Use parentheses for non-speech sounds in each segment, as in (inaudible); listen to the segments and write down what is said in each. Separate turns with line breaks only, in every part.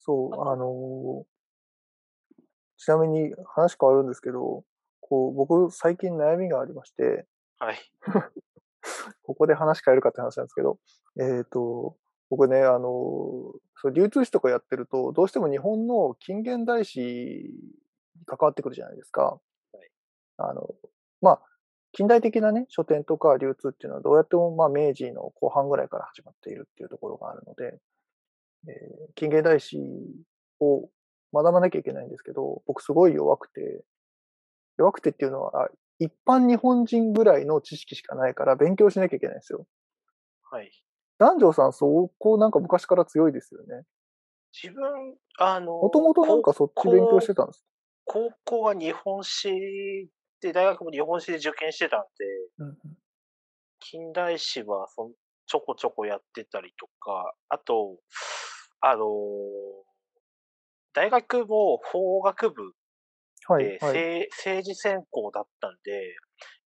そう、あのちなみに話変わるんですけど、こう、僕最近悩みがありまして、
はい。
(laughs) ここで話変えるかって話なんですけど、えっ、と、僕ね、あの、そう流通誌とかやってると、どうしても日本の近現代史に関わってくるじゃないですか。
はい。
あの、まあ、近代的なね、書店とか流通っていうのはどうやっても、まあ、明治の後半ぐらいから始まっているっていうところがあるので、えー近現代史を学ばなきゃいけないんですけど、僕すごい弱くて、弱くてっていうのは、あ一般日本人ぐらいの知識しかないから勉強しなきゃいけないんですよ。
はい。
南條さん、そこなんか昔から強いですよね。
自分、あの、
もともとなん
高
かそっち勉強して
校、
たんですか
高校は日本史で、大学も日本史で受験してたんで、
うんうん。
近代史はそんちょこちょこやってたりとか、あと、あの、大学も法学部
はい、
で
はい。
政政治専攻だったんで、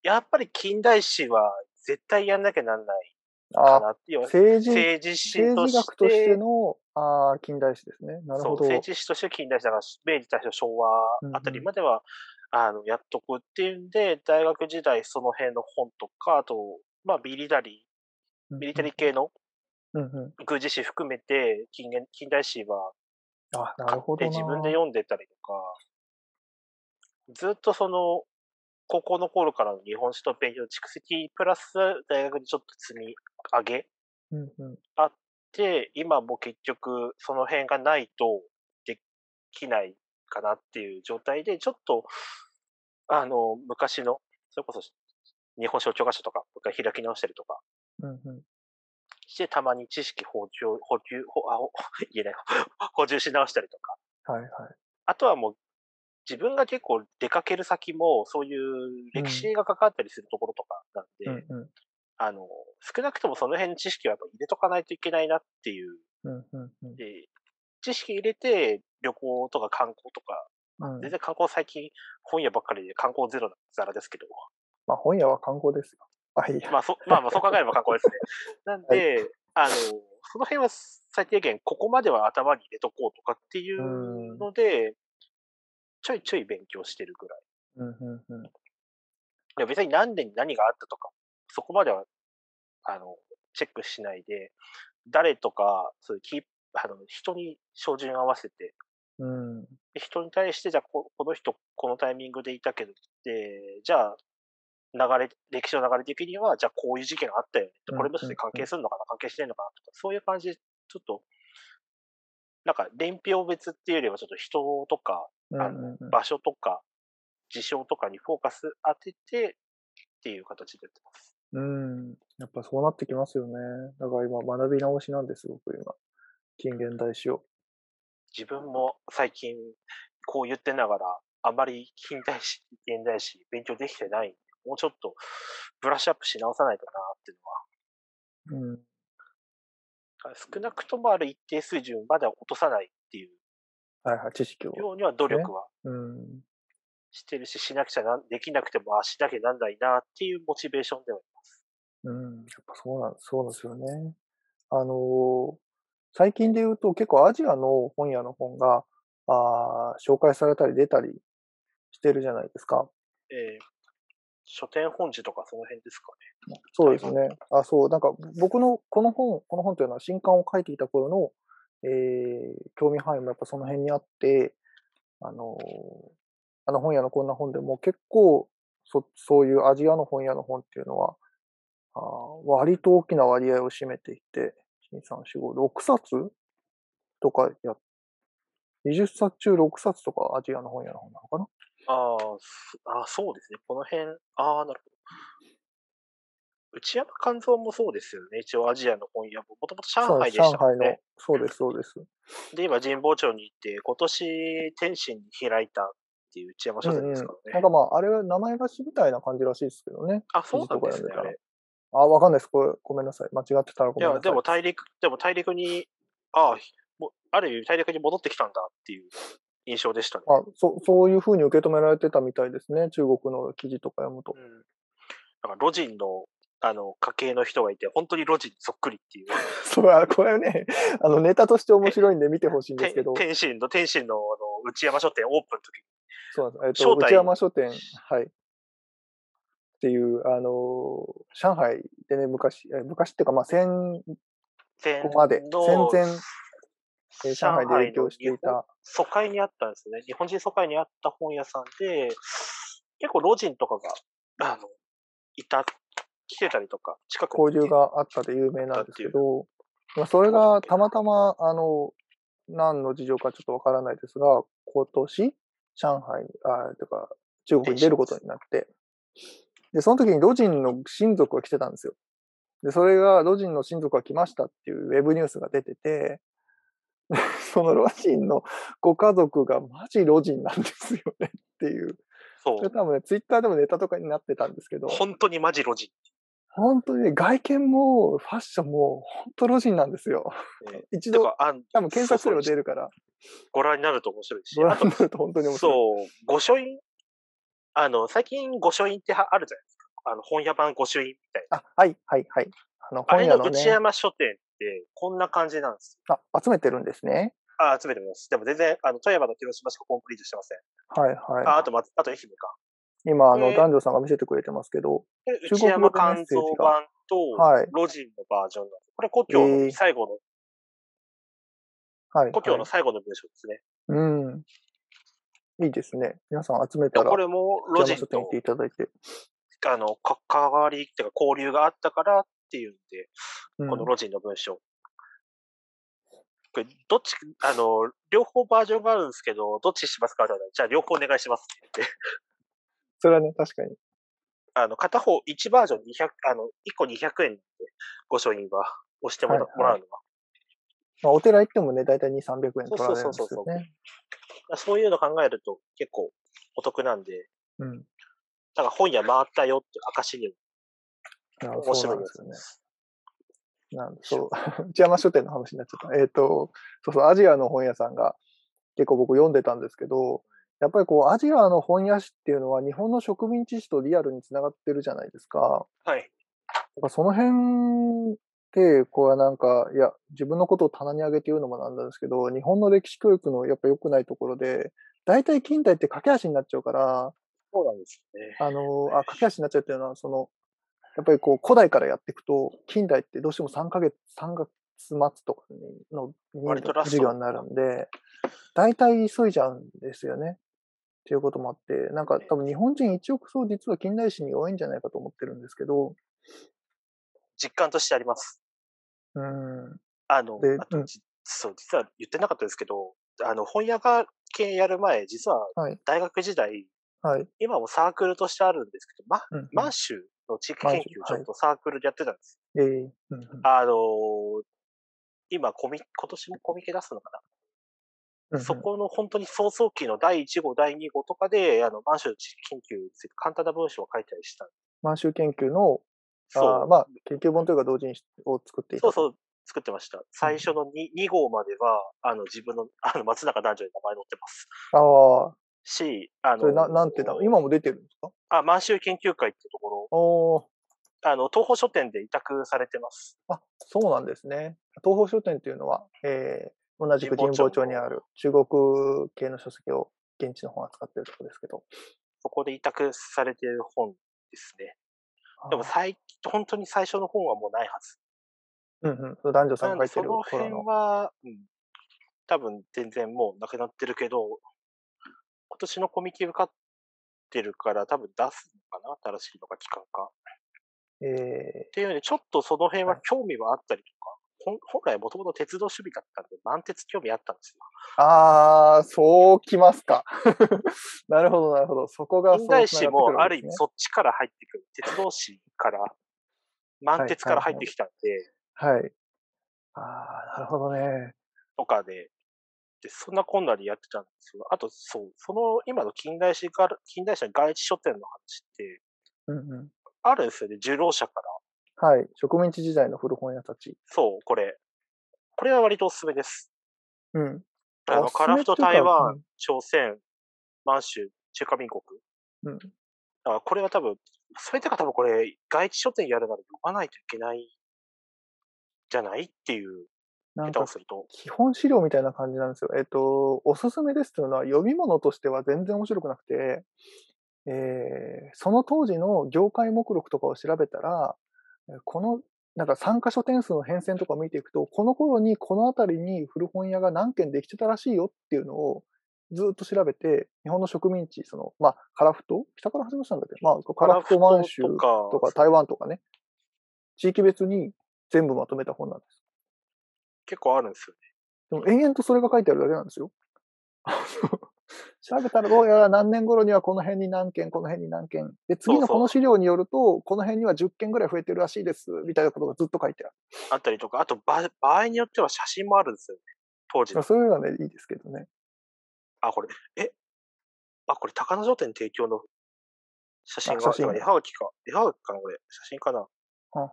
やっぱり近代史は絶対やんなきゃなんないか
あ、
なっていう、
政治、
政治史
政
と
治
し
学として
て、
の、あー近代史ですね。なる
そ
ほ
う、政
ど。
治史として近代史だから、明治大正昭和
うん
あた
う
り
ん。
までは、あの、やっとくっていうんで、大学時代その辺の本とか、あと、まあ、ミリタリ
う
ー、
ん
ミリ
う
タ
ん
リー系の
うんう
軍事史含めて、近現近代史は
ん。あ、な
買
る
っ
ほ
て
ど
自分で
な。
読んでたりとか、ずっとその、高校の頃からの日本史と勉強の蓄積、プラス大学にちょっと積み上げ
うんうん。
あって、今も結局その辺がないとできないかなっていう状態で、ちょっと、あの、昔の、それこそ日本史の教科書とか、もう一回開き直したりとか
うんうん。
して、たまに知識補充、補給、ほ (laughs) あ、ほ言えない、補充し直したりとか、
はいはい。
あとはもう自分が結構出かける先も、そういう
う
歴
ん。
史が関わったりするところとかなん
うん
で、
うん。
あの、少なくともその辺の知識はやっぱ入れとかないといけないなっていう、
うんうんうん。
で、知識入れて旅行とか観光とか、
う
まあ、全
ん。
然観光最近本屋ばっかりで観光ゼロなザラですけど、
まあ、本屋は観光ですよ。あ、いいや。
まあそ、まあまあそう考えれば観光ですね。
(laughs)
なん
はい。。
で、あの、その辺は最低限ここまでは頭に入れとこうとかっていううん
うん
ので、ちょいちょい勉強してるぐらい。
うんうん。
いや別に何年に何があったとか、そこまでは、あの、チェックしないで、誰とか、そういうキー、あの、人に照準合わせて、
うん。
で人に対して、じゃあこ、この人、このタイミングでいたけど、で、じゃあ、流れ、歴史の流れ的には、じゃあ、こういう事件があったよね。
う
これ
ん
もし
う
かして
ん
関
う
係
ん。
するのかな関係してんのかなとか、そういう感じで、ちょっと、なんか、年表別っていうよりは、ちょっと人とか、
う
あ
ん
の、
うんうん。
場所とか、事象とかにフォーカス当てて、っていう形でやってます。
うん、やっぱそうなってきますよね。だから今学び直しなんですごく今、近現代史を。
自分も最近こう言ってながら、あまり近代史、現代史勉強できてないんで、もうちょっとブラッシュアップし直さないとなっていうのは、
うん、
少なくともある一定水準までは落とさないっていう
はいはい、知識を
ようには努
ね。
力は
うん、
してるし、しなくちゃなん、できなくても、あ、しなきゃなんないなっていうモチベーションでは。
うん、やっぱそうなん、そうなんですよね。あのー最近で言うと結構アジアの本屋の本が、あー紹介されたり出たりしてるじゃないですか。
えー書店本市とかその辺ですかね。
そう
だい
です
ぶ。
ね。あ、そう、なんか僕のこの本、この本というのは新刊を書いていた頃の、えー興味範囲もやっぱその辺にあって、あのーあの本屋のこんな本でも結構そ、そういうアジアの本屋の本っていうのは、あー割と大きな割合を占めていて、1、3、4、5、6冊とかや、20冊中6冊とかアジアの本屋の本なのかな
あーすあー、そうですね。この辺、ああ、なるほど。内山勘三もそうですよね。一応アジアの本屋も、もともと上
そうなんです。
海でし
上
たも
海
んね。
の、そうです、そうです。
で、今神保町に行って、今年天津に開いたっていう内山
う
書店で
んう
す
ん。
から
なん
ね。
かまあ、あれは名前貸しみたいな感じらしいですけどね。
あ、
記
そう
事
な
と
ん
か
で
読
す
んで
ね、
た
あ
ら。あ、
れ。
わかんないです。これ、ごめんなさい。間違ってたらご
い
めん
や、
な
で
さい。
も大陸、でも大陸に、ああ、ひもうある意味大陸に戻ってきたんだっていう印象でしたね。
あ、そ、そういうふうに受け止められてたみたいですね。中国の記事とか読むと。
うん。だから、魯人のあの、家系の人がいて、本当に路地にそっくりっていう。
(laughs) そう、あこれはね、あの、ネタとして面白いんで見てほしいんですけ
て (laughs)
ど、
天心の、天心の、あの、内山書店オープンの時に
そうなんです。えっ
正
と、
体
内山書店、はい。っていう、あの、上海でね、昔、え昔っていうか、まあ、戦
戦
後まで、戦
の
前、えー上海で影響してい
上海の
た、
疎開にあったんですね。日本人疎開にあった本屋さんで、結構老人とかが、あの、いた、来てたりとか、近くに
交流があったで有名なんですけど、まあ、それがたまたま、あの、何の事情かちょっとわからないですが、今年、上海に、あてか、中国に出ることになって、で、その時にロジンの親族が来てたんですよ。で、それが、ロジンの親族が来ましたっていうウェブニュースが出てて、そのロジンのご家族がマジロジンなんですよねっていう。
そ
それ
う。
多分ね、ツイッターでもネタとかになってたんですけど。
本当にマジ路地。
本当にね、外見もファッションも本当路地なんですよ。
ね
(laughs) 一
て
度、
か、あん
多分検索すれば
そうそ
出
う
る
(laughs)
から、
ご覧になると面白いし。
ご覧
あ
になると本当に
と、
面白い。
そう、御書院、あの、最近御書院ってはあるじゃないですか。あの、本屋版御書院みたいな。
あ、はい、はい、はい。あの、
あ
本
れ
屋
の
の
内
ね、
山書店って、こんな感じなんです
あ、集めてるんですね。
よ。あ、集めてます。でも全然、あの、富山と広島しかコンプリートしてません。
はい、
あ、
は
あと、ま、あと愛媛か。
い。今、あの、
えー
男女さんが見せてくれてますけど、
で
中
内
国語
山
のメッ
肝
セー
臓
ジが
版と、
はい、
ロジンのバージョンなんです。これ、故郷
えー
の最後の、
はい。
故郷
は
の
い
最後の文章ですね。
うん。いいですね。皆さん集め
で
たら、
これも、ロジ
山
ン
書店行っ
と
て、いただいて。
あの、か関わりっていうか、交流があったからっていうんで、
うん
このロジンの文章。これどっち、あの、両方バージョンがあるんですけど、どっちしますかって言われたらじゃあ両方お願いしますって言って、
それはね、確かに。
あの、片方1バージョン200、あの、1個200円で、ご承認は押してもら,、
はいはい
もらうのが。
まあ、お寺行ってもね、だいたい2、300円
そう
取ら
そ
れ
うそ
るん
う
です
そう
よね。
そういうの考えると結構お得なんで、
うん。
だから本屋回ったよっていう証にも
なるほど
面
そうな
白
いん
で
です
す
よね
よね。。
なんそう、 (laughs) 内山書店の話になっちゃった。えっ、と、そうそう、アジアの本屋さんが結構僕読んでたんですけど、やっぱりこう、アジアの本屋史っていうのは日本の植民地史とリアルにつながってるじゃないですか。
はい。
やっぱその辺って、こうはなんか、いや、自分のことを棚に上げて言うのもなんですけど、日本の歴史教育のやっぱ良くないところで、大体近代って駆け足になっちゃうから、
そうなんですよね。
あの、あ、駆け足になっちゃうっていうのは、その、やっぱりこう、古代からやっていくと、近代ってどうしても3ヶ月、3月末とかの
割とラスト
授業になるんで、大体急いじゃうんですよね。っていうこともあって、なんか多分日本人一億そう実は近代史に弱いんじゃないかと思ってるんですけど、
実感としてあります。
うん、
あの
で、
あと
うん
じそう、実は言ってなかったですけど、あの、本屋が系やる前、実は
はい
大学時代、
はい。
今もサークルとしてあるんですけど、ま、
うん、
満州の地域研究
満、州
ちょっとサークルでやってたんです。
ええうんうん
あのー今、コミ、今年もコミケ出すのかな、
うん
そこの本当に早々期の第1号、第2号とかで、あの、満州の地域研究について簡単な文章を書いたりした。
満州研究の、
そ
あ
う。
まあ、研究本というか同人誌を作っていた
そ
と。
うそう、作ってました。最初の 2, 2号までは、あの、自分の、あの、松中男女に名前載ってます。
ああ、
し、あ
それな
の、
なんてだ、今も出てるんですか
あ、満州研究会ってとこ
おー、
ろ、あの、東宝書店で委託されてます。
あ、そうなんですね。東方書店というのは、えー同じく神
神保町
保町にある中国系の書籍を現地の方が使ってるところですけど。
そこで委託されてる本ですね。でも
あー
最、本当に最初の本はもうないはず。
うんうん、男女さ
なんん
が
で、
書
そ
いてる頃
の辺
の。
は、うん、多分全然もうなくなってるけど、今年のコミケ受かってるから多分出すのかな新しいのが期間か。
え
っていうので、ちょっとその辺は
はい
興味はあったりとか、ほん本来もともと鉄道守備だったんで、満鉄興味あったんですよ。
ー、ああ、そうきますか。 (laughs) なるほど、なるほど。そこがそう
近
繋がっ
代
てく
史
るわ
もある
け
意
ですね。
味そっちから入ってくる。鉄道史から、満鉄から入ってきたんで、
はい。ああ、なるほどね。
とかで、で、そんなこんなでやってたんですよ。あと、そう、その今の近代史から、近代史の外地書店の話って、
うんうん。
あるんですよね、受領者から。
はい。植民地時代の古本屋たち。
そう、これ。これは割とおすすめです。
うん。
あの、
おすすめ
カラフト
っていうか
台湾、
うん
朝鮮、満州、中華民国。
うん
だからこれは多分、そういった方もこれ、外地書店やるなら読まないといけないじゃないっていう、
な
下
ん
手を
か
すると。
基本資料みたいな感じなんですよ。えっと、おすすめですというのは読み物としては全然面白くなくて、えーその当時の業界目録とかを調べたら、えーこの、なんか参加書点数の変遷とかを見ていくと、この頃にこの辺りに古本屋が何軒できてたらしいよっていうのをずっと調べて、日本の植民地、その、まあ、樺太北から始まったんだっけまあ、樺太満州
とか
とか台湾とかね、地域別に全部まとめた本なんです。
結構あるんですよね。
でも延々とそれが書いてあるだけなんですよ。調べたらどうやら何年頃にはこの辺に何件、この辺に何件。で、次
そう
の
そう
この資料によると、この辺には10件ぐらい増えてるらしいです、みたいなことがずっと書いてある。
あったりとか、あと場場合によっては写真もあるんですよね。当時
まあ
の。
そういうのはね、いいですけどね。
あ、これ、えあ、これ、高野書店提供の写真が、
あ写真
だから絵はがきか。絵はがきかな、これ。写真かな。
あ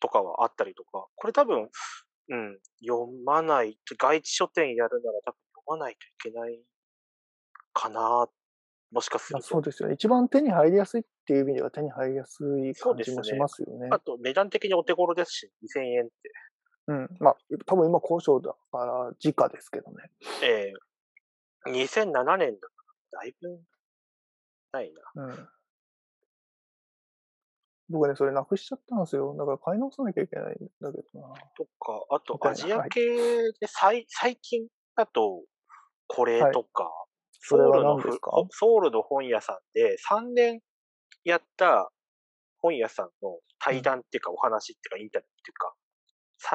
とかはあったりとか、これ多分、うん、読まない、外地書店やるなら多分読まないといけないかな、もしかす
まあ
る
そう
と。
ですよね。一番手に入りやすいっていう意味では手に入りやすい
そ
感
うです
じ
ね
もしますよね。
あと、値段的にお手頃ですし、2000円っ
うん。まあ、多分今交渉だから、時価ですけどね。
て。えー、2007年だから、だいぶ、ないな。
うん。僕ね、それなくしちゃったんですよ。だから買い直さなきゃいけないんだけどな。
とか、あと
み、たいな
アジア
はい
系で、最最近だと、これとか、
そ
ソ
れ
ウ
は
ルの
何
ふ
ですか
ソウルの本屋さんで3年やった本屋さんの対談っていうかお話っていうかインタビューっていうか、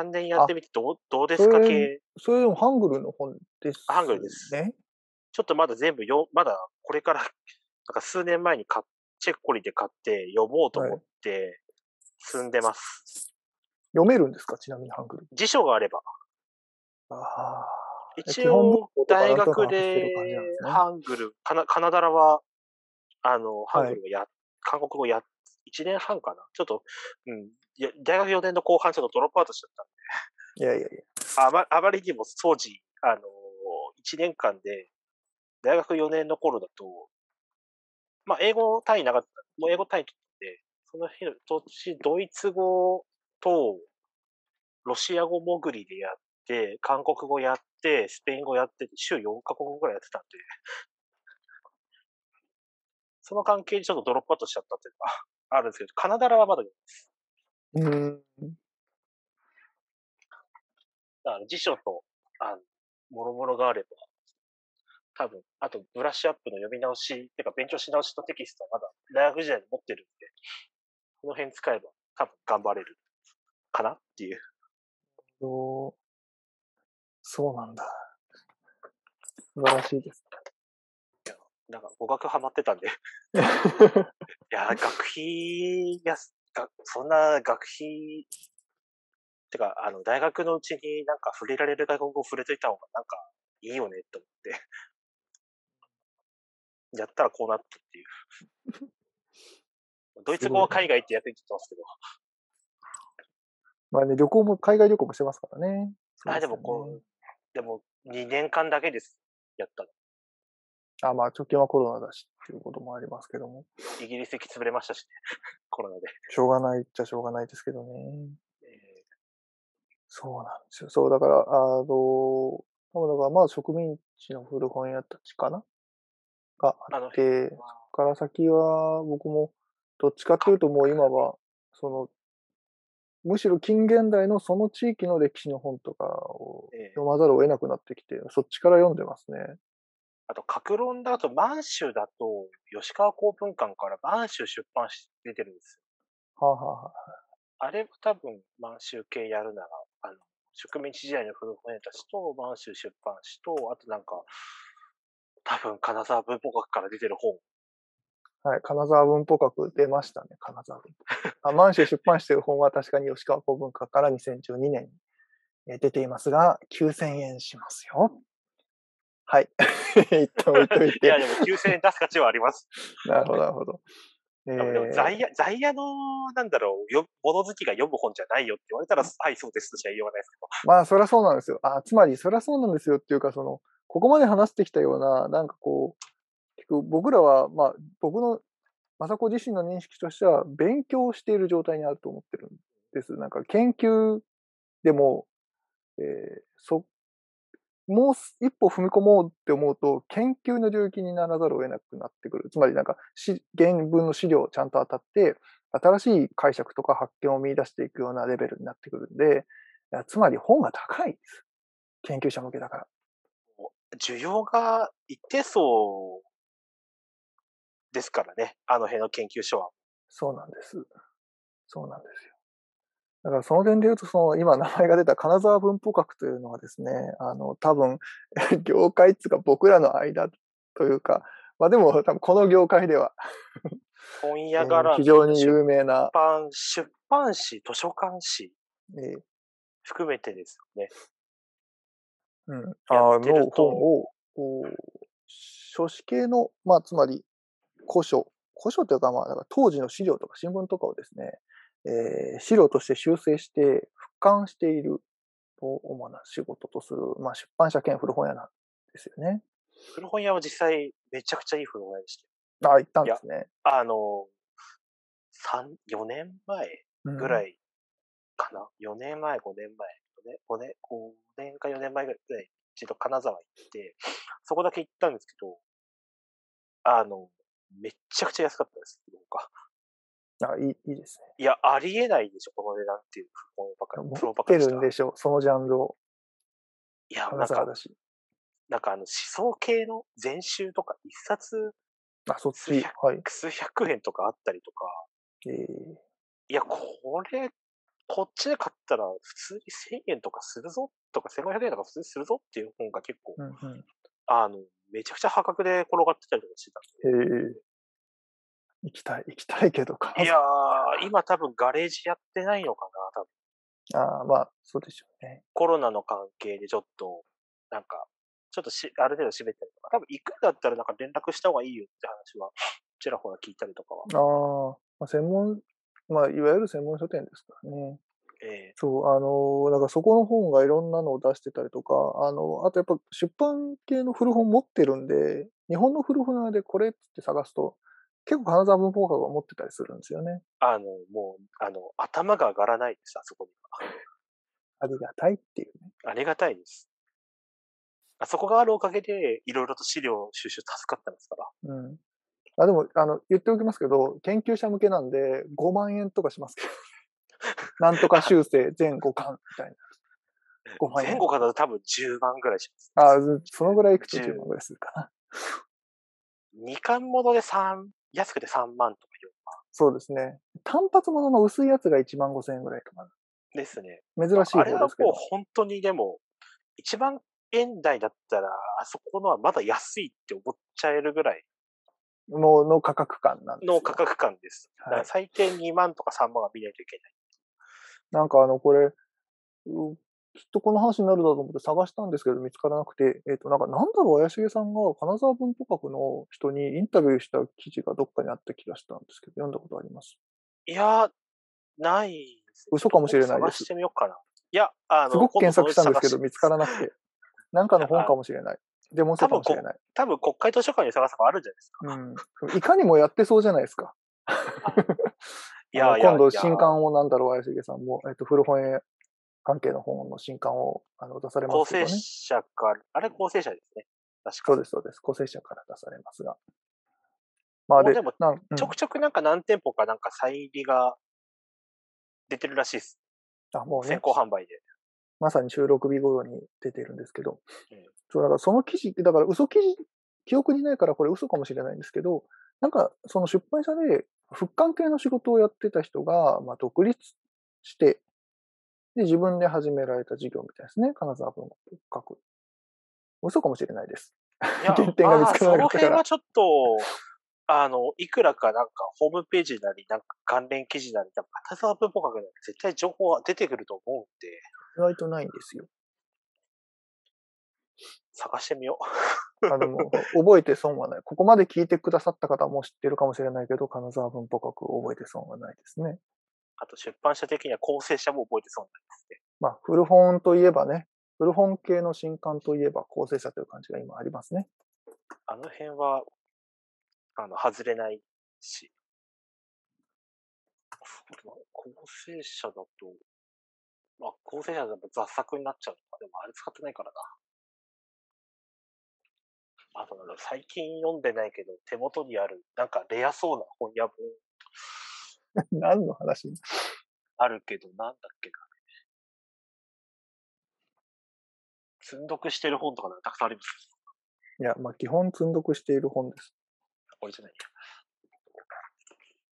3年やってみてどうどうですか
それ
系、
それでもハングルの本です、
ハングルです
ね。
ちょっとまだ全部よ、まだこれから (laughs) 、なんか数年前に買っチェッコリで買って読もうと思って進んでます。
読めるんですかちなみにハングル。
辞書があれば。
あー
一
基本
応
文法、とか
大
なんとなく
学
把握して
で
る感じなんですね
ハングル、カナカナダラは、あの、ハングルをや、韓国語や、1年半かなちょっと、うん、いや大学4年の後半ちょっとドロップアウトしちゃっ
いやいやいや。
たあまあまりにも当時、あの、1年間で、大学4年の頃だと、まあ、英語単位なかった。もう英語単位取って、その日の年、ドイツ語と、ロシア語潜りでやって、韓国語やって、スペイン語やって、週4カ国語ぐらいやってたんで、その関係でちょっとドロップアウトしちゃったっていうのがあるんですけど、カナダラはまだ、
うん。
あの辞書と、あの、もろもろがあれば、多分、あとブラッシュアップの読み直し、てか勉強し直しのテキストはまだ大学時代に持ってるんで、この辺使えば多分頑張れるかなっていう。
そうそうなんだ。素晴らしい
(laughs)
です。
なんか語学ハマってたんで、いやー、学費やす、がそんな学費、てか、あの、大学のうちになんか触れられる外国語を触れといた方がなんかいいよねと思って。 (laughs) やったらこうなったっていう。 (laughs) ドイツ語は海外って役に立ってますけど。
まあね、旅行も、海外旅行もしてますからね。そう
あ、
す
で
よね
もこう、でも2年間だけです。やったの。
あ、まあ、直近はコロナだしっていうこともありますけども。
イギリス行き潰れましたしね。 (laughs) コロナで。
しょうがないっちゃしょうがないですけどね。
えー
そうなんですよ。そう、だから、あの、多分だからまあ植民地の古本屋たちかながあ
あの
って、そこから先は僕も、どっちかっていうともう今は、その、むしろ近現代のその地域の歴史の本とかを
ええ
読まざるを得なくなってきて、そっちから読んでますね。
あと、格論だと、満州だと、吉川公文館から満州出版し出てるんですよ。
はあ、はあはあ、
あれは多分、満州系やるなら、あの、植民地時代の古本屋たちと、満州出版誌と、あとなんか、多分、金沢文法学から出てる本。
はい、金沢文法学出ましたね、金沢文法学。あ満州出版している本は確かに吉川公文学から2012年にえー出ていますが、9000円しますよ。はい。 (laughs) 一旦置いとい
いや、
て。
でも9000円出す価値はあります。
なるほど、なるほど。え
多分でも、在野、在野の、なんだろう、よ物好きが読む本じゃないよって言われたら、はい、そうですとしか言わないですけど。
まあ、そりゃそうなんですよ。あ、つまり、そりゃそうなんですよっていうか、その、ここまで話してきたような、なんかこう、結構僕らは、まあ、僕の雅子自身の認識としては、勉強している状態にあると思ってるんです。なんか、研究でも、えーそ、もうす一歩踏み込もうって思うと、研究の領域にならざるを得なくなってくる。つまり、なんか、し原文の資料をちゃんと当たって、新しい解釈とか発見を見出していくようなレベルになってくるんで、いやつまり本が高いです。研究者向けだから。
需要が一定層ですからね、あの辺の研究所は。
そうなんです。そうなんですよ。だからその点で言うと、その今名前が出た金沢文法学というのはですね、あの、多分、 (laughs) 業界っつうか僕らの間というか、まあでも多分この業界では、
本
え
屋
ー
柄、
非常に
出
有名な、
版、出版誌、図書館誌
えー
含めてですよね。
うん、
や
あ
ってる
の
と
本を、こう書誌系の、まあ、つまり古書、古書というか、まあ、だから当時の資料とか新聞とかをですね、えー資料として修正して、俯瞰しているを主な仕事とする、まあ、出版社兼古本屋なんですよね。
古本屋は実際めちゃくちゃいい古本屋でしたよ。
あ、行ったんですね。
あの、三4年前ぐら
い。
いかな、?4 年前、5年前、5年、5年か4年前ぐらい、一度金沢行って、そこだけ行ったんですけど、あの、めっちゃくちゃ安かったです。なんか
あいいいいですね。
いや、ありえないでしょ、この値段っていう古本ばかり、プ
持
ロば
っ
か
て
りし
る
た
ん。でしょう、そのジャンルを。
いや、な
金
んか
沢、だし。
なんかあの思想系の全集とか、一冊
あ、そっち。
数百
はい。
数百円とかあったりとか、
えー
いや、これ、こっちで買ったら普通に1000円とかするぞとか1500円とか普通にするぞっていう本が結構、
うんうん
あの、めちゃくちゃ破格で転がってたりとかしてたん
えー行きたい、行きたいけど、金
で。
沢
いやー、今多分ガレージやってないのかな、多分。
ああ、まあ、そうでしょうね。
コロナの関係でちょっと、なんか、ちょっとし、ある程度閉めたりとか、多分行くんだったらなんか連絡した方がいいよって話は、ちらほら聞いたりとかは。
ああ、まあ、専門、まあ、いわゆる専門書店ですからね。
え
そう、あのー、だからそこの本がいろんなのを出してたりとか、あの、あとやっぱ出版系の古本持ってるんで、日本の古本屋でこれっつって探すと、結構金沢文法学が持ってたりするんですよね。
ーあの、もう、あの、頭が上がらないです、あそこには。
ありがたいっていうね。
ありがたいです。あそこがあるおかげで、いろいろと資料収集助かったんですから。
うん。あでも、あの、言っておきますけど、研究者向けなんで、5万円とかしますけど、 (laughs) なんとか修正全5巻みたいな。5万円。
(laughs) 前後からだと多分10万ぐらいします。
あそのぐらいいくと
10
10万ぐらいするかな。
2巻もので3、安くて3万とかいう
そうですね。単発ものの薄いやつが1万5千円ぐらいとか。
ですね。
珍しい
あれ
方
は
ですけ
もう
ど。
本当にでも、1万円台だったら、あそこのはまだ安いって思っちゃえるぐらい
のの価格感なんですよ
の価格感です。
はい
だから最低2万とか3万は見ないといけない。
なんかあの、これ、うきっとこの話になるだろうと思って探したんですけど、見つからなくて、えっ、と、なんか、なんだろう、怪重さんが金沢文庫学の人にインタビューした記事がどっかにあった気がしたんですけど、読んだことあります。
いやー、ないですね
嘘かもしれないで
探
す
してみようかな。いや、あの、
すごく検索したんですけど、
今度
見
そのうち探し
つからなくて。なんかの本かもしれない。デモンストかもしれない。
多分国会図書館に探すとかあるんじゃないですか。
うん。いかにもやってそうじゃないですか。
い
あの
やいや
今度
いや
新刊をなんだろう、綾重さんも、えっと、古本屋関係の本の新刊をあの出されま
構
すけ
成
どね。
者から、あれ構成者ですね。確か
そうです、そうです。構成者から出されますが。まあ
もう
で、
でも
なんうん
ちょくちょくなんか何店舗かなんか再入りが出てるらしいです。
あもう
先
ね、
行販売で。
まさに収録日頃に出てるんですけど
うん、
そうだからその記事、だから嘘記事、記憶にないからこれ嘘かもしれないんですけど、なんかその出版社で復刊系の仕事をやってた人が、まあ、独立して、で、自分で始められた事業みたいですね。金沢文学。嘘かもしれないです。
い
(laughs)
や
原点が見つからなか
まあ
っ
そ
た
の
から
辺はちょっと、あの、いくらかなんかホームページなり、なんか関連記事なり、なんか片沢文法学なり、絶対情報は出てくると思うんで、
意外とないんですよ。
探してみよう。
あの、もう覚えて損はない。ここまで聞いてくださった方はもう知ってるかもしれないけど、金沢文法学を覚えて損はないですね。
あと出版社的には構成者も覚えてそうなんですね。
まあ、古本といえばね、古本系の新刊といえば構成者という感じが今ありますね。
あの辺は、あの、外れないし、そうだな構成者だと、まあ、構成者だと雑作になっちゃうのか。でもあれ使ってないからな。あとなんだろう、最近読んでないけど、手元にある、なんかレアそうな本屋本
(laughs) 何の話
あるけど、なんだっけな。積んどくしてる本とかなんかたくさんあります。
いや、まあ、基本積んどくしている本です。
これじゃない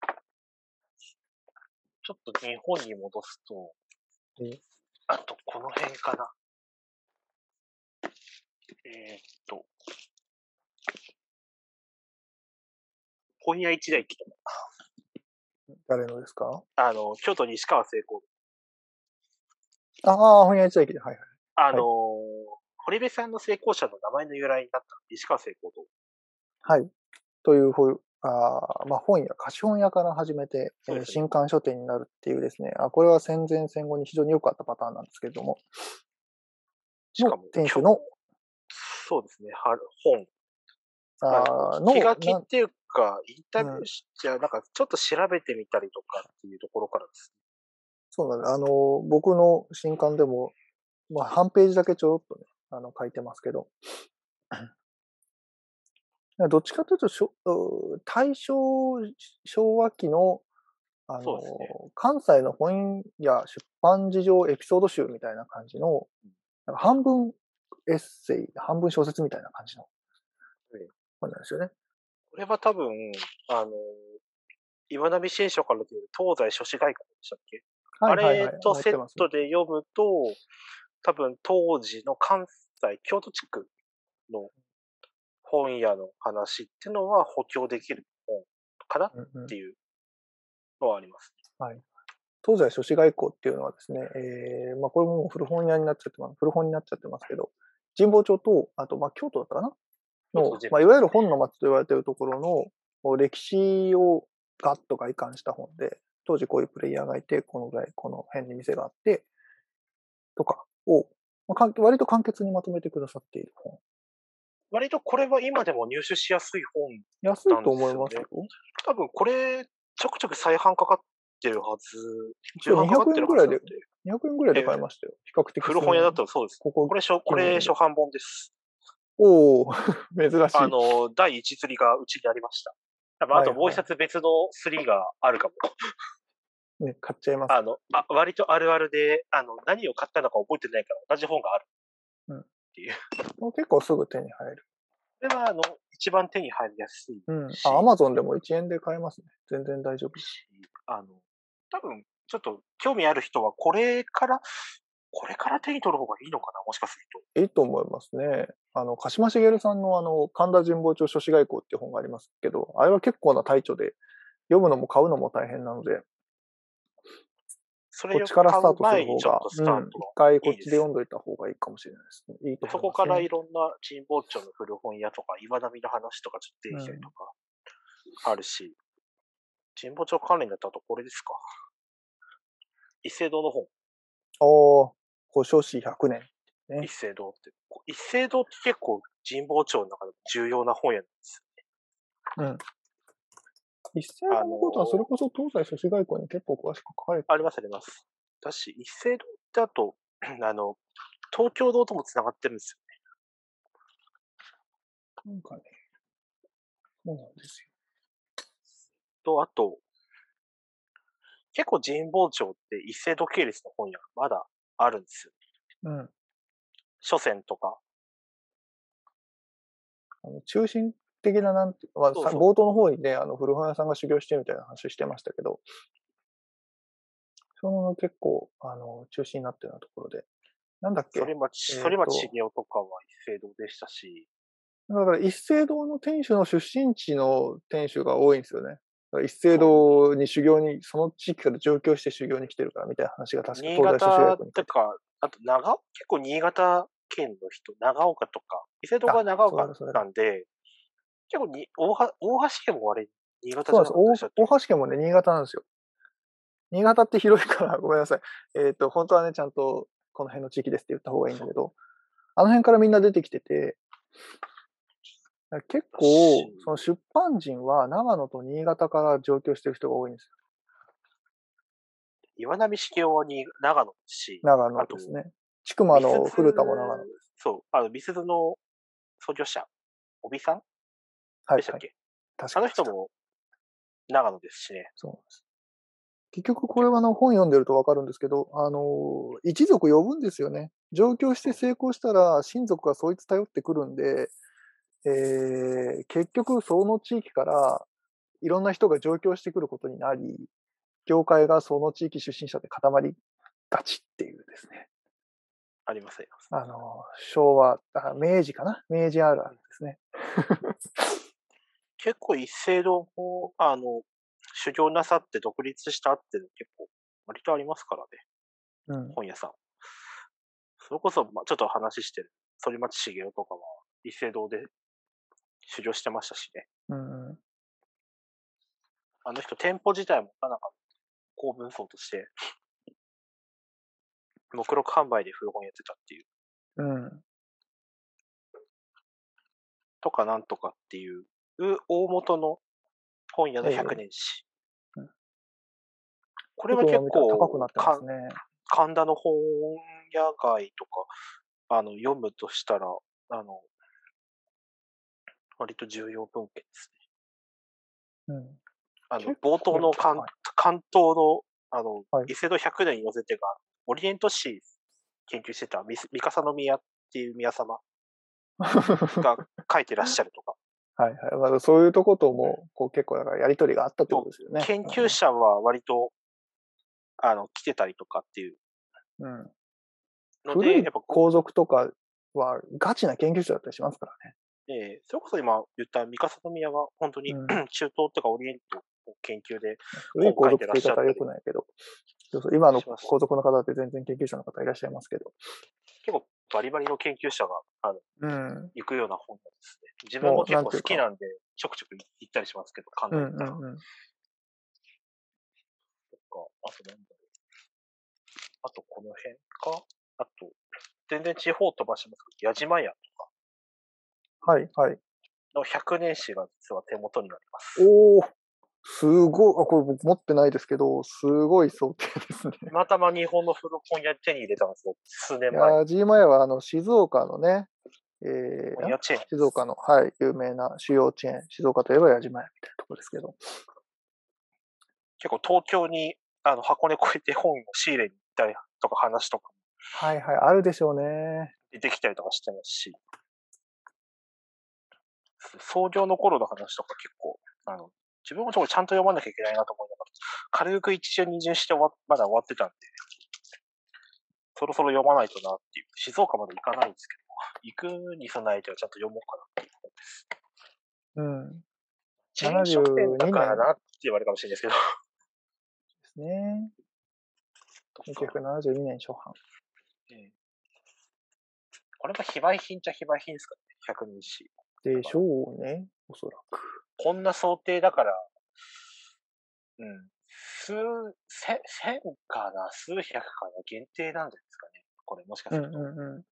や。ちょっと日本に戻すと
うん、
あとこの辺かな。えー、っと、本屋一台来た。
誰のですか
あの、京都西川成功。
ああ、本屋一駅で、はいはい。
あのー堀部さんの成功者の名前の由来になった西川成功と。
はい。という本、あーまあ、本屋、貸本屋から始めて、え
そう
ー
ですね
新刊書店になるっていうですね、あこれは戦前戦後に非常に良かったパターンなんですけれども、
しかも、
店主の、
そうですね、は本。
あーの
気が気
な
っていうか、インタビューしちゃ、なんかちょっと調べてみたりとかっていうところからです。
そうなんです。あの、僕の新刊でも、まあ、半ページだけちょろっとね、あの、書いてますけ
(laughs)
ど、どっちかというと、しょう大正、昭和期の、あ
そ
の
うですね、
関西の本や出版事情エピソード集みたいな感じの、なんか半分エッセイ、半分小説みたいな感じの
い
本なんですよね。
これは多分、あの、岩波新書から出てる東西諸子外交でしたっけ、
はいはい
あ
はい
れと
持っ
セ
て
ッ
ます
トで読むと、多分当時の関西、京都地区の本屋の話っていうのは補強できる本かなっ
うんうん
ていうのはあります。
東西諸子外交っていうのはですね、えーまあ、これももう古本屋になっちゃってます、古本になっちゃってますけど、神保町と、あと、まあ、京都だったかなの
そうですね、
まあ、いわゆる本の町と言われているところのこう歴史をガッと外観した本で、当時こういうプレイヤーがいて、このぐらい、この辺に店があって、とかを、まあかん、割と簡潔にまとめてくださっている本。
割とこれは今でも入手しやすい本。
安いと思いますよ。
多分これ、ちょくちょく再販かかってるはず。
一応
重版かかっ
200円
てる
ぐ
は
ら
ず
いで
なん、
200円ぐらいで買いましたよ。比較的。
古本屋だ。とそうです。
ここ、
これ、初これ初版本です。
おお (laughs) 珍しい。
あの、第一釣りがうちにありました。多分あともう一冊別の釣りがあるかも。
ね、買っちゃいます。
あのあ、割とあるあるで、あの、何を買ったのか覚えてないから同じ本がある。
もう結構すぐ手に入る。
これは、あの、一番手に入りやすい。
うん。あ、アマゾンでも1円で買えますね。全然大丈夫。
あの、多分、ちょっと興味ある人はこれから、これから手に取る方がいいのかな、もしかすると。
いいと思いますね。あの、鹿島茂さんのあの、神田神保町諸子外交っていう本がありますけど、あれは結構な大著で、読むのも買うのも大変なので、
それ
こ
を
っちからスタート
買
する
う前に
方
ちょっ
が
と、ス
う
ター
ん
ト、
一
が
回こっちで読んどいた方がいいかもしれないですね。いいと
そ
思います、
こ
ね。
からいろんな神保町の古本屋とか、岩波の話とかちょっと出てきたりとか、あるし、神保町関連だったらあとこれですか。伊勢堂の本。
おー、古書史100年。ね
一斉堂って。こ一斉堂って結構神保町の中でも重要な本屋なんです。
一斉のことは、それこそ東西諸子外交に結構詳しく書かれて
ありますあります。だし、一斉堂ってあと、 (clears throat) あの、東京堂とも繋がってるんですよ。
なんかね。そうなんですよ。
と、あと、結構神保町って一斉時系列の本屋がまだあるんですよ。
うん。
書店とか。
あの中心的ななんて、まあ、さ
そうそう
冒頭の方にね、あの古本屋さんが修行してみたいな話してましたけど、その結構、あの、中心になってるようなところで。なんだっけ
反町、
えーと
反町茂雄とかは一斉堂でしたし、
だから一斉堂の店主の出身地の店主が多いんですよね。だから一斉堂に修行に、その地域から上京して修行に来てるからみたいな話が確か
新
東大諸子大
潟
学に。
とか、あと長尾、結構新潟県の人、長岡とか、伊勢堂が長岡
あそうだそうだ
なんで、結構に大は大橋家もあれ、新潟
そ
じ
う
ゃ
な
なんかったで
で
し
す
たっ。け
大大橋家もね、新潟なんですよ。新潟って広いから、 (laughs) ごめんなさい。えっ、と、本当はね、ちゃんとこの辺の地域ですって言った方がいいんだけど、あの辺からみんな出てきてて、だから結構
うん、
その出版人は長野と新潟から上京してる人が多いんですよ。
岩波茂雄はに長野ですし、
長野ですね。ちくまの
みすゞ
古田も長野。
そう、あの、美鈴の創業者、小木さん
はい、
でした
は
っ
い。
け、
確
あの
に
人も長野ですしね。
そうなんです。結局これはあの本読んでるとわかるんですけど、あの、一族呼ぶんですよね。上京して成功したら親族がそいつ頼ってくるんで、えー結局その地域からいろんな人が上京してくることになり、業界がその地域出身者で固まりがちっていうですね。
ありますあります。
あの、昭和、あ明治かな明治あるあるですね。
結構一斉堂も、あの、修行なさって独立したっていうの結構割とありますからね、
うん。
本屋さん。それこそ、まあ、ちょっと話してる、反町茂雄とかは一斉堂で修行してましたしね。
うんうん、
あの人、店舗自体もなかなか公文層として、目録販売で古本やってたっていう、
うん。
とかなんとかっていう、大元の本屋の
ええ
百年
う
史。
んこ
これは結
高くな
構
ってま
か
す、ね。
神田の本屋街とか、あの、読むとしたら、あの、割と重要文献ですね。
うん。
あの
結、構
冒頭の関
はい
関東の、あの、
はい
伊勢戸100年に寄せてが、オリエント史研究してたみ三笠の宮っていう宮様が書いてらっしゃるとか、
はいはい。まあ、そういうとことも、こう結構だからやりとりがあったってことですよね。
研究者は割と、あの、来てたりとかっていう
うん、うん
の
古
で、や
い
っぱこ
皇族とかはガチな研究者だったりしますからね。
う、えーそれこそ今言った三笠の宮は本当に、
うん
(clears throat) 中東とかオリエントを研究で、
古い皇族って言い
書いてらっしゃっ
方
た
は
り
良くないけど、そうそう今の
します
皇族の方って全然研究者の方いらっしゃいますけど。
結構バリバリの研究者があの
うん。
行くような本なんですね。自分も結構好きなんで、ちょくちょく行ったりしますけど、関
うん
連と
う
か、
んうん。
あとなんだろう。あとこの辺かあと、全然地方飛ばしますけど、矢島屋
はいはい。
の100年史が実は手元になります。
おおすごい、あ、これ僕持ってないですけど、すごい想定ですね。
たまたま日本の古本屋に手に入れたんですよ、数年前に。
矢島屋はあの静岡のね、え
本
ー
屋、チェーン。
静岡の、はい、有名な主要チェーン、静岡といえば矢島屋みたいなところですけど、
結構東京にあの箱根越えて本を仕入れに行ったりとか話とか
はいはい、あるでしょうね。
出てきたりとかしてますし、創業の頃の話とか結構、あの、自分もちょっとちゃんと読まなきゃいけないなと思いながら、軽く一巡二巡して終わまだ終わってたんで、そろそろ読まないとなっていう、静岡まで行かないんですけど、行くに備えてはちゃんと読もうかなっていう思です。
うん。で
自由書店だからなって言われるかもしれないですけど、
すね。1972年初版。
ええこれが非売品じゃ非売品ですからね、100人し。
でしょうね、おそらく。
こんな想定だから、うん、数、千、千かな、数百かな、限定なんじゃないですかね。これ、もしかす
うん
ると。
うんうん。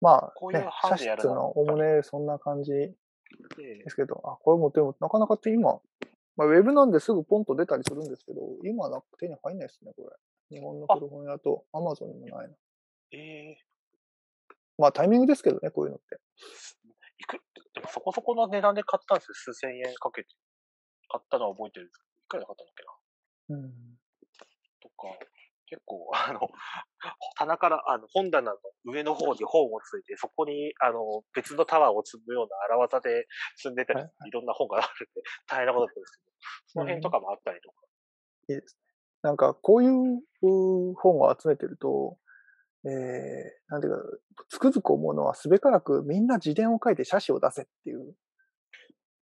ま
こう
あ、
いう
ね、
ハンデ
写
やる
室
のは
のおむね、そんな感じで
で
すけど、あ、これもでも、なかなかって今、まあ、ウェブなんですぐポンと出たりするんですけど、今なんか手に入んないですね、これ。日本の古本屋とアマゾンにもないな。
ええ
まあ、タイミングですけどね、こういうのって。
いく、でもそこそこの値段で買ったんですよ。数千円かけて。買ったのは覚えてるんですけど、いくらで買ったんだっけな。
うん。
とか、結構、 (laughs) あの、棚から、あの、本棚の上の方に本をついて、そこに、あの、別のタワーを積むような荒技で積んでたり、
はい
ろんな本があるんで、大変なことだったんですけど、その辺とかもあったりとか。
いいですね。なんか、こういううー本を集めてると、えー、なんていうか、つくづく思うのは、すべからくみんな自伝を書いて写真を出せっていう、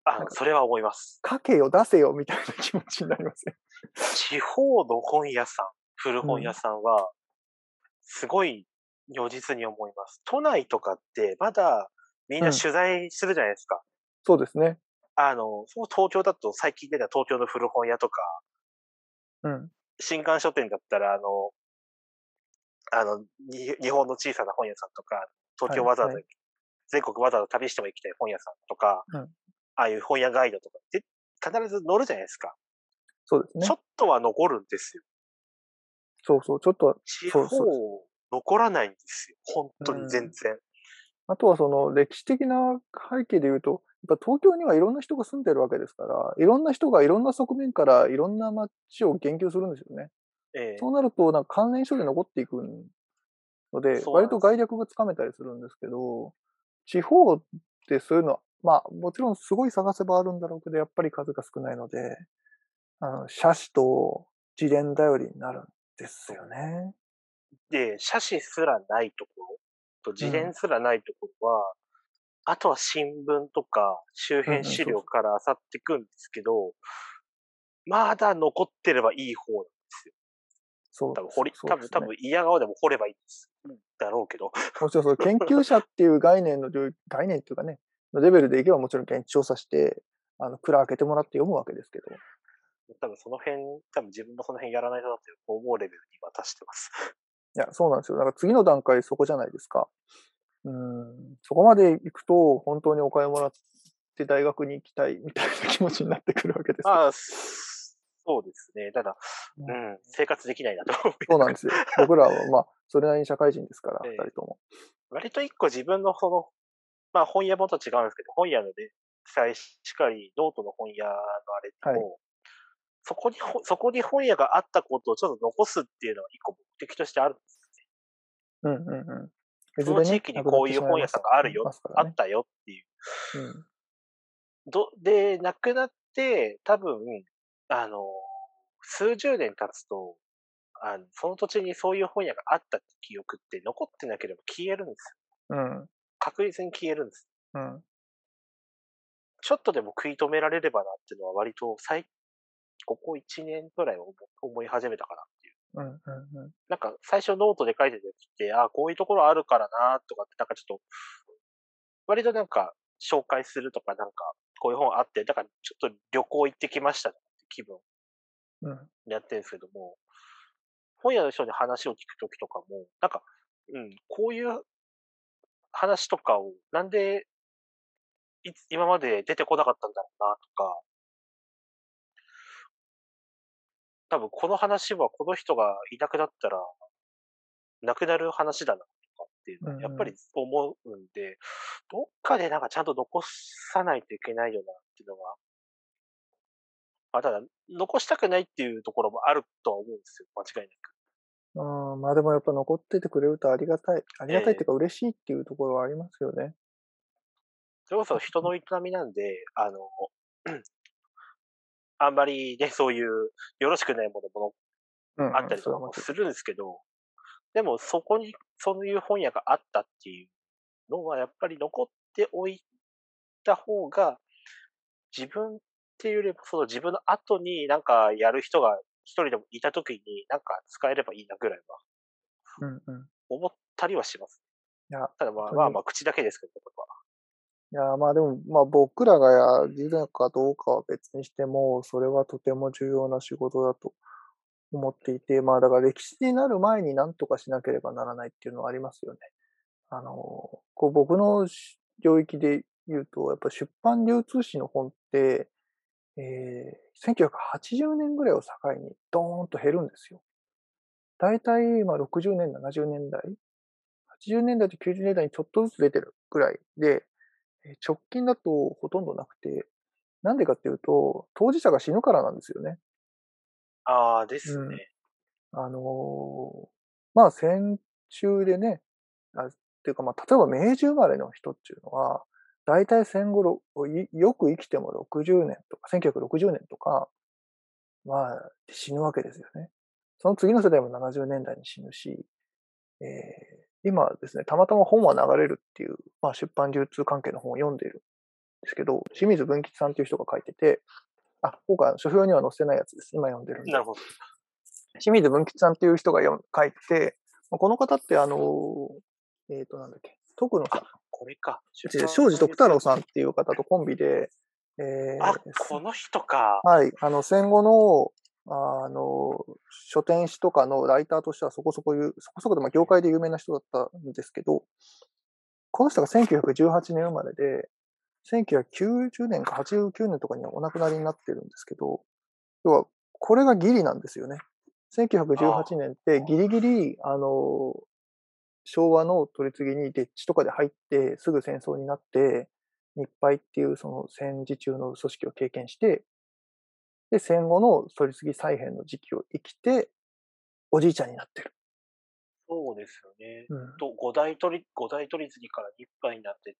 あ
なん
の、
か
それは思います。
書けよ、出せよみたいな気持ちになりますね。
地方の本屋さん、古本屋さんは、すごい如実に思います。都内とかって、まだ、みん
う
な
ん
取材するじゃないですか。
(laughs) そうですね。
あの、そう東京だと最近出た東京の古本屋とか、
うん。
新刊書店だったら、あの、あの、に日本の小さな本屋さんとか、東京
は
わ
い
ざわざ、
は
全国わざわざ旅しても行きたい本屋さんとか、
うん
ああいう本屋ガイドとかで、必ず載るじゃないですか。
そうですね
ちょ。っとは残るんですよ。
そうそう、ちょっと、
地
そ
方
うそう
残らないんですよ。本当に全然。
あとはその歴史的な背景で言うと、やっぱ東京にはいろんな人が住んでるわけですから、いろんな人がいろんな側面からいろんな街を言及するんですよね。
ええ
そうなると、なんか関連書で残っていくので、
そうなん
割
です
と概略がつかめたりするんですけど、地方ってそういうのは、まあ、もちろんすごい探せばあるんだろうけど、やっぱり数が少ないので、あの、写真と自伝頼りになるんですよね。
で、写真すらないところと自伝すらないところは、あとは新聞とか周
うん
辺
うん
資料から漁っていくんですけど、まだ残ってればいい方なんですよ。
そう。
多分掘り、
そう
多
で
分、
すね
多分、嫌顔でも掘ればいいんです。だろうけど。 (laughs)
もちろんその研究者っていう概念の領域、概念っていうかね、のレベルでいけばもちろん現地調査して、あの、蔵開けてもらって読むわけですけど、
多分その辺、多分自分もその辺やらないとなって思うレベルに今達してます。
いや、そうなんですよ。だから次の段階そこじゃないですか。うん、そこまで行くと、本当にお金もらって大学に行きたいみたいな気持ちになってくるわけですよ。
ああ、す (laughs) そうですね。ただ、
う
うんん、生活できないなと思う。
そうなん
(laughs)
ですよ。僕らは、まあ、それなりに社会人ですから、
ええ
二人とも。
割と一個自分のその、まあ本屋本と違うんですけど、本屋ので、最しかり、ノートの本屋のあれっても、そこにほ、そこに本屋があったことをちょっと残すっていうのは一個目的としてあるんですよね。
うんうんうん。
その地域にこういう本屋さんがあるよあ
あ
ったよっていう。
うん。
ど、で、亡くなって、多分、あの、数十年経つと、あのその土地にそういう本屋があったって記憶って残ってなければ消えるんですよ。
うん。
確実に消えるんです。
うん。
ちょっとでも食い止められればなっていうのは割と最、ここ1年ぐらい思思い始めたかなってい
うん。
う。
うん。うん
なんか最初ノートで書いててきて、ああ、こういうところあるからなとかって、なんかちょっと、割となんか紹介するとかなんか、こういう本あって、だからちょっと旅行行ってきましたって気分
うん。
でやってるんですけども、本屋の人に話を聞くときとかも、なんか、うん、こういう話とかを、なんで、いつ、今まで出てこなかったんだろうな、とか、多分この話はこの人がいなくなったら、なくなる話だな、とかっていうの
うんう
は、
ん
やっぱり思うんで、どっかでなんかちゃんと残さないといけないよな、っていうのは、まあ、ただ、残したくないっていうところもあるとは思うんですよ、間違いなく。
うん、まあでもやっぱ残っててくれるとありがたい。ありがたいっていうか嬉しいっていうところはありますよね。
それこそ人の営みなんで、あの、 (clears throat) あんまりね、そういうよろしくないものも
うん、
あったり
そ
と
れ
か
はも
も
ち
するんですけど、でもそこにそういう本屋があったっていうのはやっぱり残っておいた方が、自分っていうよりもその自分の後になんかやる人が一人でもいた時になんか使えればいいなぐらいは
ろん。うんうん。
思ったりはします。
いや、
ただまあ
本当に
まあまあ口だけですけど、僕は。
いやまあでも、まあ僕らがやるのかどうかは別にしても、それはとても重要な仕事だと思っていて、まあだから歴史になる前に何とかしなければならないっていうのはありますよね。あの、こう僕のし領域で言うと、やっぱ出版流通誌の本って、えー、1980年ぐらいを境にドーンと減るんですよ。だいたい今60年、70年代、80年代と90年代にちょっとずつ出てるぐらいで、えー直近だとほとんどなくて、なんでかっていうと、当事者が死ぬからなんですよね。
ああ、です
うん
ね。
あのーまあ戦中でね、あっていうかまあ例えば明治生まれの人っていうのは、大体戦後ろ、いよく生きても60年とか、1960年とか、まあ死ぬわけですよね。その次の世代も70年代に死ぬし、えー今ですね、たまたま本は流れるっていう、まあ、出版流通関係の本を読んでいるんですけど、清水文吉さんっていう人が書いてて、あ、今回書評には載せてないやつです。今読んでるんで
なるほど。
清水文吉さんっていう人が読む書いて、まあこの方ってあの、えっ、となんだっけ、徳野さん、
これか。
違う庄司徳太郎さんっていう方とコンビで、えー
あ、この人か。
はい、あの戦後のあの書店誌とかのライターとしてはそこそこいう、そこそこでまあ業界で有名な人だったんですけど、この人が1918年生まれで、1990年か89年とかにはお亡くなりになってるんですけど、要はこれがギリなんですよね。1918年ってギリギリ、あの、昭和の取り次ぎにデッチとかで入って、すぐ戦争になって、日敗っていうその戦時中の組織を経験して、で、戦後の取り次ぎ再編の時期を生きて、おじいちゃんになってる。
そうですよね。
うん
と五大取り、五大取り次ぎから日販になって、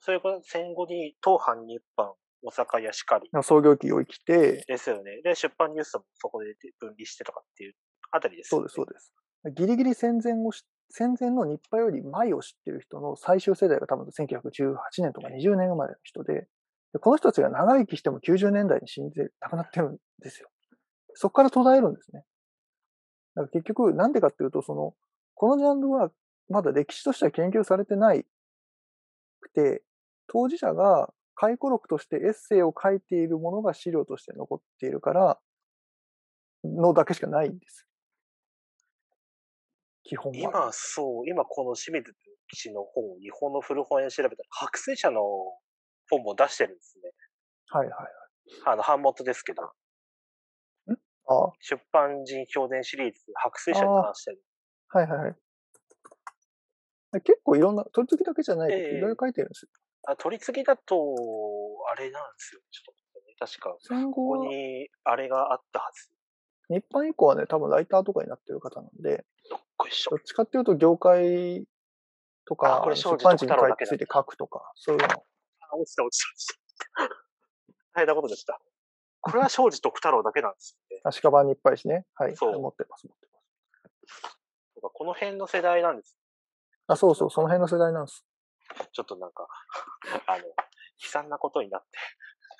それから戦後に東藩日販、大阪屋しかり
創業期を生きて、
ですよね。で、出版ニュースもそこで分離してとかっていうあたりです
そ
よ
う
ね、
です、そうです。ギリギリ戦前をし、戦前の日派より前を知ってる人の最終世代が多分1918年とか20年生まれの人で、でこの人たちが長生きしても90年代に死んで亡くなってるんですよ。そこから途絶えるんですね。だから結局、なんでかっていうと、その、このジャンルはまだ歴史としては研究されてないくて、当事者が回顧録としてエッセイを書いているものが資料として残っているから、のだけしかないんです。基本は。
今、そう、今この清水氏の本を日本の古本屋で調べたら、白水社の本も出してるんですね。
はいはい。
あの、版元ですけど、
ああ
出版人評伝シリーズ、白水社に関してる。
はいはいはい。で結構いろんな、取り付きだけじゃないけど、
ええ
いろいろ書いてるんですよ。
あ取り次ぎだと、あれなんですよ。ちょっと待ってね、確か。
戦後
ここ
は、
に、あれがあったはず。
日本以降はね、多分ライターとかになってる方なんで、
こいし (laughs) ょ
どっ。ちかっていうと業界と
あ
か、
これ
出
庄司
版人に
徳太郎だけだ
ついて書くとか、そういうの。
あ落ちた落ちた落ちた。大変なことでした。これは庄司徳太郎だけなんですよね。
足利版にいっぱいしね。はい。
そう
持ってます、持ってます。
とかこの辺の世代なんです。
あ、そうそう、その辺の世代なんです。
ちょっとなんか、 (laughs) あの、悲惨なことになって。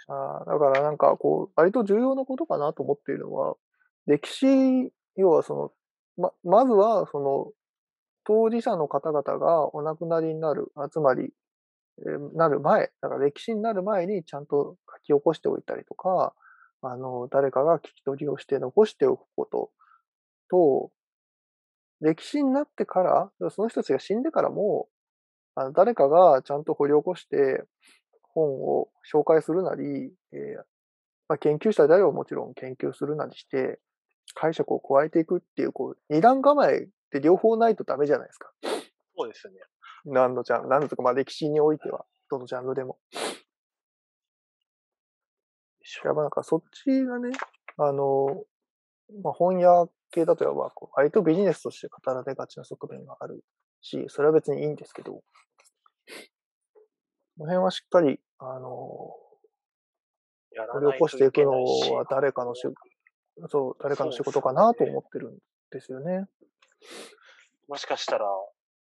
あーだからなんか、こう、割と重要なことかなと思っているのは、歴史、要はその、ま、まずは、その、当事者の方々がお亡くなりになる、あつまり、えーなる前、だから歴史になる前にちゃんと書き起こしておいたりとか、あの、誰かが聞き取りをして残しておくことと、歴史になってから、その人たちが死んでからも、あの誰かがちゃんと掘り起こして、本を紹介するなり、えーまあ、研究者であればもちろん研究するなりして、解釈を加えていくっていう、こう、二段構えって両方ないとダメじゃないですか。
そうですね。
何のジャンル、何のとか、まあ歴史においては、どのジャンルでも。やっぱなんかそっちがね、あの、まあ、本屋系だとやば、こう割とビジネスとして語られがちな側面があるし、それは別にいいんですけど、この辺はしっかり、あの、
やら
掘り
な
起
い
ことしていくの
いけな
はい
し
誰かの仕そう、誰かの仕事か
そ
な
うです
と
ね
思ってるんですよね。
もしかしたら、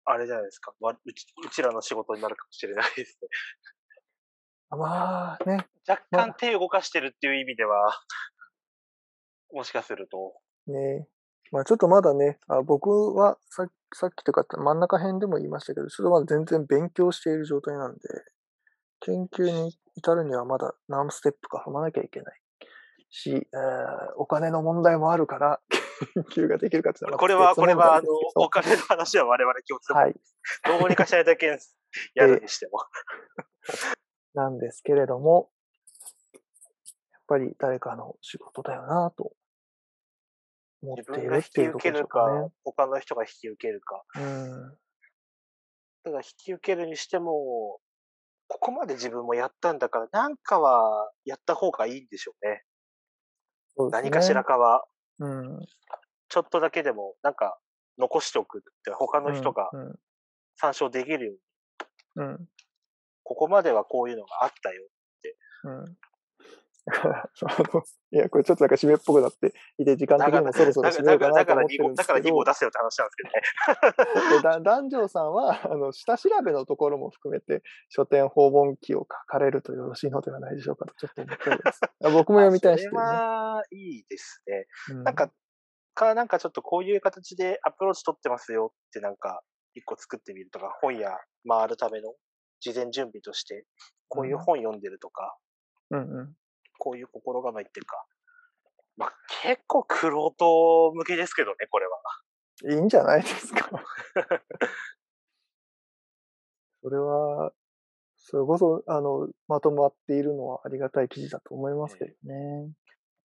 あれじゃないですか。わうちうちらの仕事になるかもしれないですね。
まあね、
若
まあ
干手を動かしてるっていう意味では、 (laughs) もしかすると。
ねまあちょっとまだね、あ僕はささっきというか真ん中辺でも言いましたけど、ちょっとまだ全然勉強している状態なんで、研究に至るにはまだ何ステップか踏まなきゃいけないし、えーお金の問題もあるから、 (laughs) 研究ができるかっていうのはまた
これは、
別
これ
問題
は、あ
で
の
すけ、ど
お金の話は我々共通。
はい。
どうにかしないといけないです。やるにして
(laughs)
も。
なんですけれども、やっぱり誰かの仕事だよなと思っ
自
てい
分
る
が
っ
引
て
き
いうとこ
受け
ろでしょ
る
う
か
かね。、
他の人が引き受けるか。
うん、
ただ引き受けるにしても、ここまで自分もやったんだから、なんかはやった方がいいんでしょうね。
そうですね
何かしら。かは、
うん、
ちょっとだけでも、なんか残しておくって、他の人が
うん
参照できるように、
うんうん
ここまではこういうのがあったよ。
うん (laughs) だからそのいや、これちょっとなんか締めっぽくなっていて、時間的にもそろそろ
だ
締
か
めよ
ら、だ
う
か、
からなと
だから
思って
2
る
号、
んで
だ
すけど
から2号、出せよって話なんですけどね。
でだ男女さんは、 (laughs) あの、下調べのところも含めて、書店訪問記を書かれるとよろしいのではないでしょうかと、ちょっと思っており
(laughs)
ます。あ僕も読みたいし、ね
あそれはいいですね。
う
なんか、か、なんかちょっとこういう形でアプローチ取ってますよってなんか、一個作ってみるとか、本屋回るための事前準備として、こういう本読んでるとか、
うんうん。
こういう心構えっていうか、まあ結構苦労と向けですけどね、これは。
いいんじゃないですか。 (laughs) それは、それこそ、あの、まとまっているのはありがたい記事だと思いますけどね。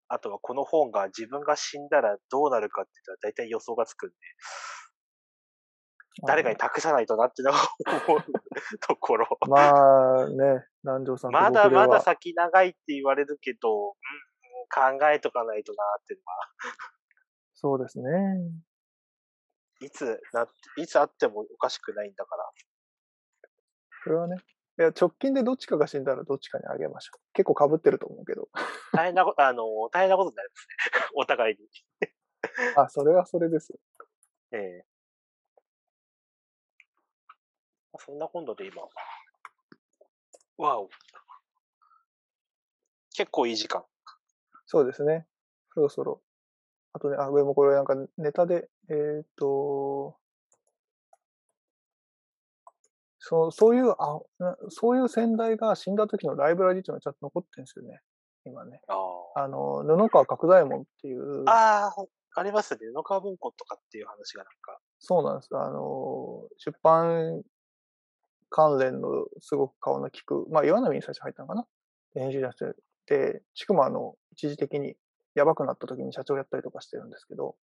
あとはこの本が自分が死んだらどうなるかって言ったら大体予想がつくんで、誰かに託さないとなってのは (laughs) 思うところ。
まあね、南條さんと
ま
僕では
だまだ先長いって言われるけど、うん、考えとかないとなっていうのは、
そうですね。
いつな、いつあってもおかしくないんだから。
それはね。いや、直近でどっちかが死んだらどっちかにあげましょう。結構被ってると思うけど。
大変なこと、 (laughs) あの、大変なことになりますね。お (laughs) 互いに。
あ、それはそれです。
ええそんな今度で今。わお。結構いい時間。
そうですね。そろそろ。あとね、あ、上もこれなんかネタで、えーっ、と、そう、そういう、あ、なそういう先代が死んだ時のライブラリーっていうのがちゃんと残ってるんですよね。今ね。
あ
あの、布川角左衛門っていう、
あー、ありますね。野川文庫とかっていう話がなんか。
そうなんです。あの、出版関連のすごく顔の利く、まあ、岩波に最初入ったのかな編集者してで、しかもあの、一時的にやばくなった時に社長やったりとかしてるんですけど、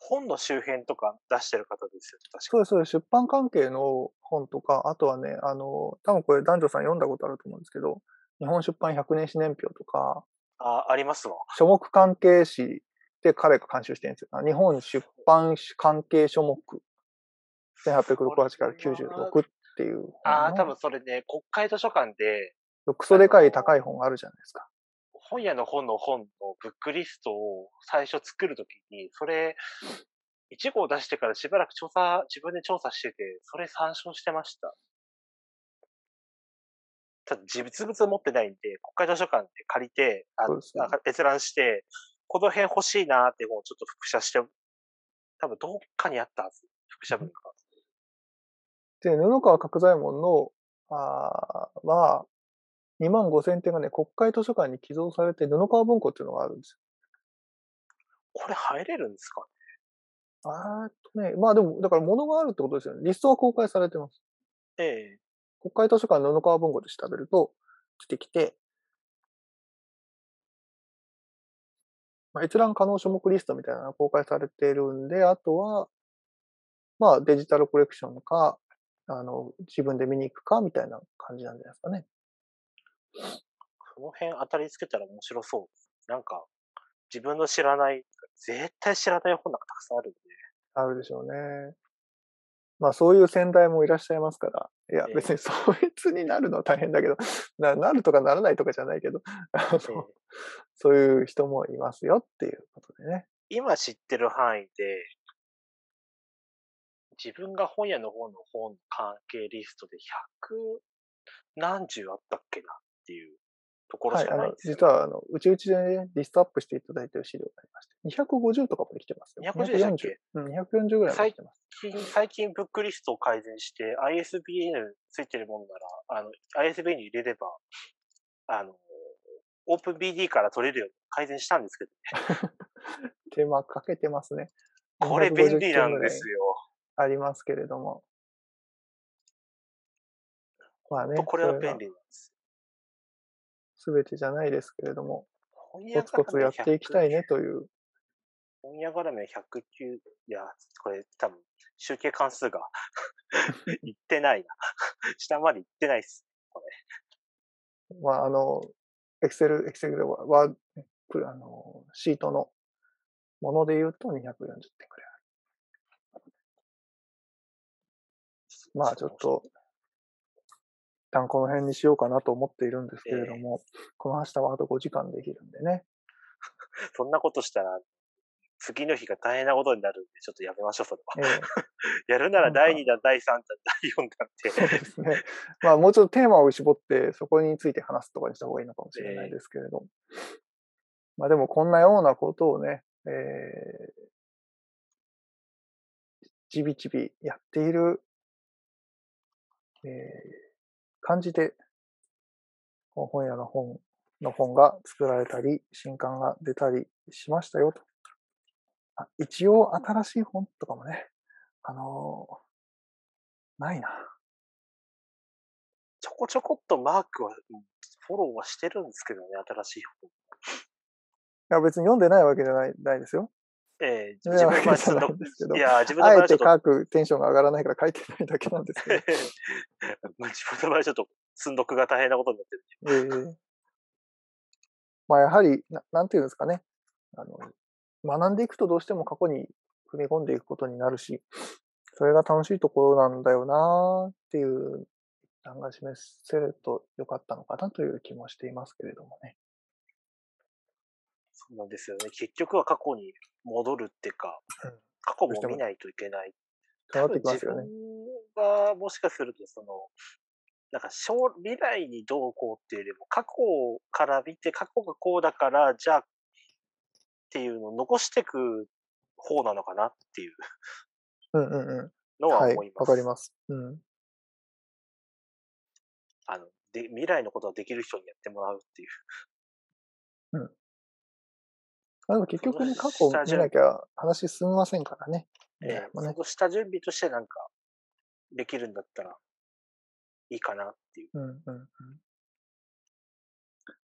本の周辺とか出してる方ですよね。確か
そうです、そうです。出版関係の本とか、あとはね、あの、多分これ男女さん読んだことあると思うんですけど、日本出版100年史年表とか、
あありますわ。
書目関係誌で彼が監修してるんですよ。あ日本出版関係書目、1868から96っていう本の。
ああ、多分それね、国会図書館で
クソでかい高い本あるじゃないですか。
本屋の本の本のブックリストを最初作るときに、それ、1号出してからしばらく調査、自分で調査してて、それ参照してました。ただ、実物持ってないんで、国会図書館で借りて、あ
そうですね
あ閲覧して、この辺欲しいなーって本をちょっと複写して、多分どっかにあったはず。複写文化。
で、布川角左衛門の、あーは、2万5千点がね、国会図書館に寄贈されて、布川文庫っていうのがあるんです
これ入れるんですかね
よ。あーっとね、まあでも、だから物があるってことですよね。リストは公開されてます。
ええ
国会図書館布川文庫で調べると出てきて、まあ、閲覧可能書目リストみたいなのが公開されてるんで、あとは、まあデジタルコレクションか、あの、自分で見に行くかみたいな感じなんじゃないですかね。
その辺当たりつけたら面白そう。なんか、自分の知らない、絶対知らない本なんかたくさんあるんで。
あるでしょうね。まあそういう先代もいらっしゃいますから、いや
ええ
別にそいつになるのは大変だけど、ななるとかならないとかじゃないけど、あの
ええ
そういう人もいますよっていうことでね。
今知ってる範囲で、自分が本屋の方の本関係リストで100何十あったっけなっていうところ
は
し
い、
か
あ
ないん
の
ですよ、
実はあの、うちうちで、ね、リストアップしていただいている資料がありまして、250とかまで来てますよ。
250でしたっけ
240うん、240ぐらいまで来てます。
最近最近ブックリストを改善して ISBN ついてるものなら、あの、ISBN に入れれば、あの、オープン BD から取れるように改善したんですけど、
手間かけてますね。
これ便利なんです
よ。
よ。
ありますけれども。まあね、
とこれは便利なん
利。
です。
すべてじゃないですけれども、
本
コツコツやっていきたい
ね。
ねという、
本屋絡め109、いや、これ多分、集計関数が (laughs) いってないな。下までいってないっす。
まああの、エクセル、エクセルでは、ワープあの、シートのもので言うと240点くらいある。まあちょっと、一旦この辺にしようかなと思っているんですけれども、この明日はあと5時間できるんでね。
そんなことしたら、次の日が大変なことになるんで、ちょっとやめましょう、それは。
ええ
やるなら第2弾、第3弾、第4
そう
弾って。
ですね。まあもうちょっとテーマを絞って、そこについて話すとかにした方がいいのかもしれないですけれど。まあでもこんなようなことをね、えー、ちびちびやっている、えー、感じで、こう本屋の本の本が作られたり、新刊が出たりしましたよと。あ一応新しい本とかもね、あのーないな。
ちょこちょこっとマークは、フォローはしてるんですけどね、新しい方。
や別に読んでないわけじゃないないですよ。
えー、
読んでな
自
いわ
分
け
は
じ
そ
ゃない
の
ん、ですけど
い。やー、自分の
あ
場合
え
はちょ
て
っと、。
書くテンションが上がらないから書いてないだけなんですけど
(laughs) まあ自分の場合はちょっと、 (laughs) 寸読が大変なことになってる。
ええまあやはりな、なんていうんですかね。あの、学んでいくとどうしても過去に踏み込んでいくことになるし、それが楽しいところなんだよなっていう一端が示せるとよかったのかなという気もしていますけれどもね。
そうなんですよね。結局は過去に戻るっていうか
うん、
過去も見ないといけない。
そうなってきますよね。
多分自分がもしかすると、その、なんか将未来にどうこうっていうよりも、過去から見て、過去がこうだから、じゃあっていうのを残していく方なのかなっていう
うんうんうん。
のは
はい
思い、ま
わ
す。
かります。うん。
あので未来のことはできる人にやってもらうっていう。
まあでも結局ね、
その
過去を
下
見
準
なきゃ話進みませんからね。
ええ
ねまあね
その下準備としてなんか、できるんだったらいいかなっていう。
うんうんうん。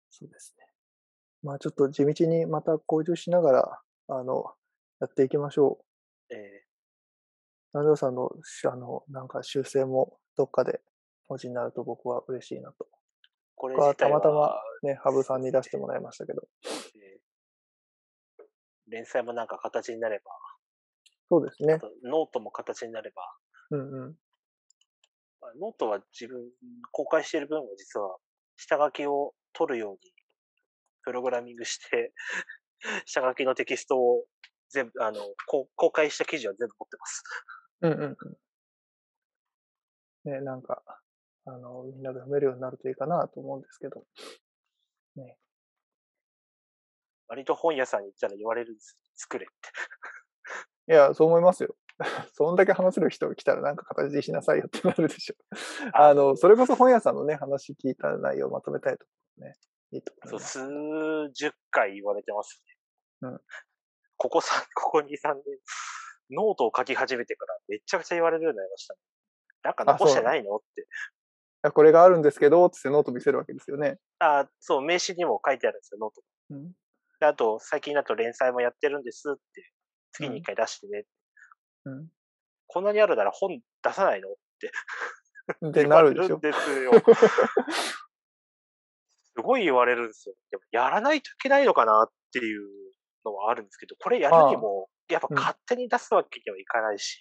そうですね。まあちょっと地道にまた向上しながら、あの、やっていきましょう。
ええ
南條さんの、しあの、なんか修正もどっかで文字になると僕は嬉しいなと。
これ
僕は
自
た
体
ま
は、
たまね、羽生さんに出してもらいましたけど。
えー連載もなんか形になれば、
そうです
あ
ね。
とノートも形になれば、
うんうん。
まあノートは自分、公開している分は実は、下書きを取るように、プログラミングして、 (laughs) 下書きのテキストを全部、あの、こう公開した記事は全部持ってます。
うんうんうん。ね、なんか、あの、みんなで読めるようになるといいかなと思うんですけど。
割と本屋さんに行ったら言われるんです。作れって。
いや、そう思いますよ。 (laughs) そんだけ話せる人が来たらなんか形にしなさいよってなるでしょ。あの、それこそ本屋さんのね、話聞いた内容をまとめたいと思うね。いいと思い
そ
ま
う、
す。
数十回言われてますね。
うん
ここさ、 (laughs) ここ2、3年、ノートを書き始めてからめっちゃくちゃ言われるようになりました。なんか
あ
残して
そうな
ないのって。
いやこれがあるんですけど、つってノート見せるわけですよね。
あそう、名刺にも書いてあるんですよ、ノート。
うん。
であと、最近だと連載もやってるんですって、月
うん
に1回出してね。
う
こんなにあるなら本出さないの (laughs)
ん。ってなるでしょ。
言われるんですよ。すごい言われるんですよ。でも、やらないといけないのかなっていうのはあるんですけど、これやるにも、やっぱ
うん
勝手に出すわけにはいかないし、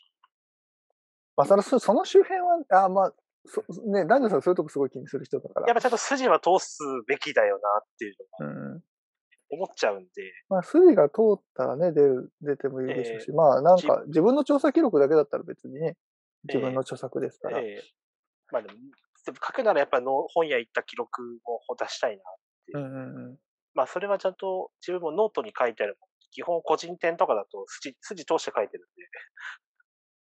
まあ、そのそその周辺は、あまあ、そね、男女さんそういうとこすごい気にする人だか
や
ら
っ。ぱちゃんと筋は通すべきだよなっていう
うん。
のを思っちゃうんで、
まあ、筋が通ったらね、出る、出てもいいでしょうし、まあ、なんか、自分の調査記録だけだったら別にね、自分の著作ですから。
ええまあでも、でも書くならやっぱりの本屋行った記録を出したいな。
うんうんうん。
まあそれはちゃんと自分もノートに書いてある。基本個人店とかだと筋筋通して書いてるんで、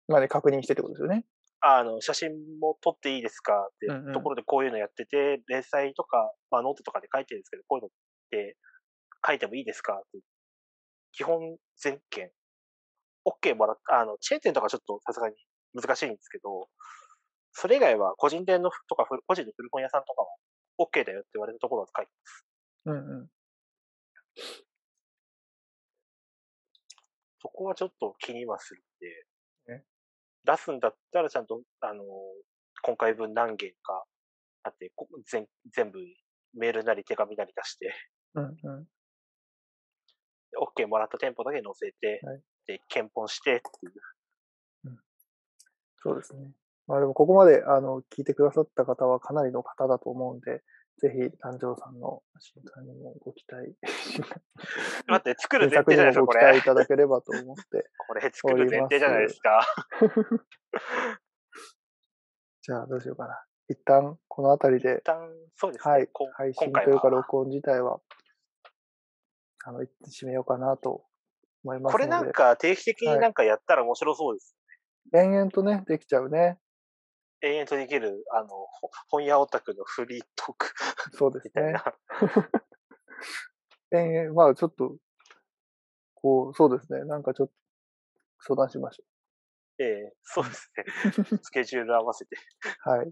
まあね、確認してってことですよね。
あの、写真も撮っていいですかって
うんうん
ところでこういうのやってて、連載とか、まあノートとかで書いてるんですけど、こういうのって書いてもいいですかって基本全件。OK もらっあの、チェーン店とかちょっとさすがに難しいんですけど、それ以外は個人店のふとかふ、個人の古本屋さんとかは OK だよって言われたところは書いて
うんうん。
そこはちょっと気にはするん
ね
で、出すんだったらちゃんと、あの、今回分何件かあって、こ全全部メールなり手紙なり出して、 (laughs)
うんうん。
OK もらった店舗だけ載せて、
はい
で、検本してっていう。
そうですね。まあでもここまであの聞いてくださった方はかなりの方だと思うんで、ぜひ南條さんの新刊にもご期待、
待って、作る
新作に
前提じゃ
も
ないですか、
ご
こ
期待い
れ。
ただければと思って、 (laughs)
これ作る前提じゃないですか。
じゃあどうしようかな。一旦この辺り
一
で、
旦、そうですね。
はい
こ、
配
今
信
回
というか
は。
録音自体は、あの、締めようかなと思いますの
こ
で。
れなんか定期的になんかやったら面白そうです。
延々とね、できちゃうね。
永遠とできる、あの、ほ本屋オタクのフリートーク
そうで
み
す
たい
ね
な。。
延々、まあちょっと、こう、そうですね。なんかちょっと相談しましょう。
ええそうですね。スケジュール合わせて。
はい。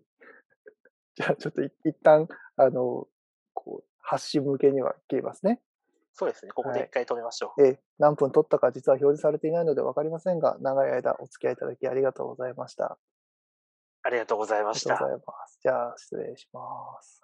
(laughs) じゃあ、ちょっとい一旦、あの、こう、発信向けには切りますね。
そうですね。ここで一回止めましょう。
えー何分取ったか実は表示されていないので分かりませんが、長い間お付き合いいただきありがとうございました。
ありがとうござい
あ
ま
り
し
がと
た
う。ございます。じゃあ、失礼します。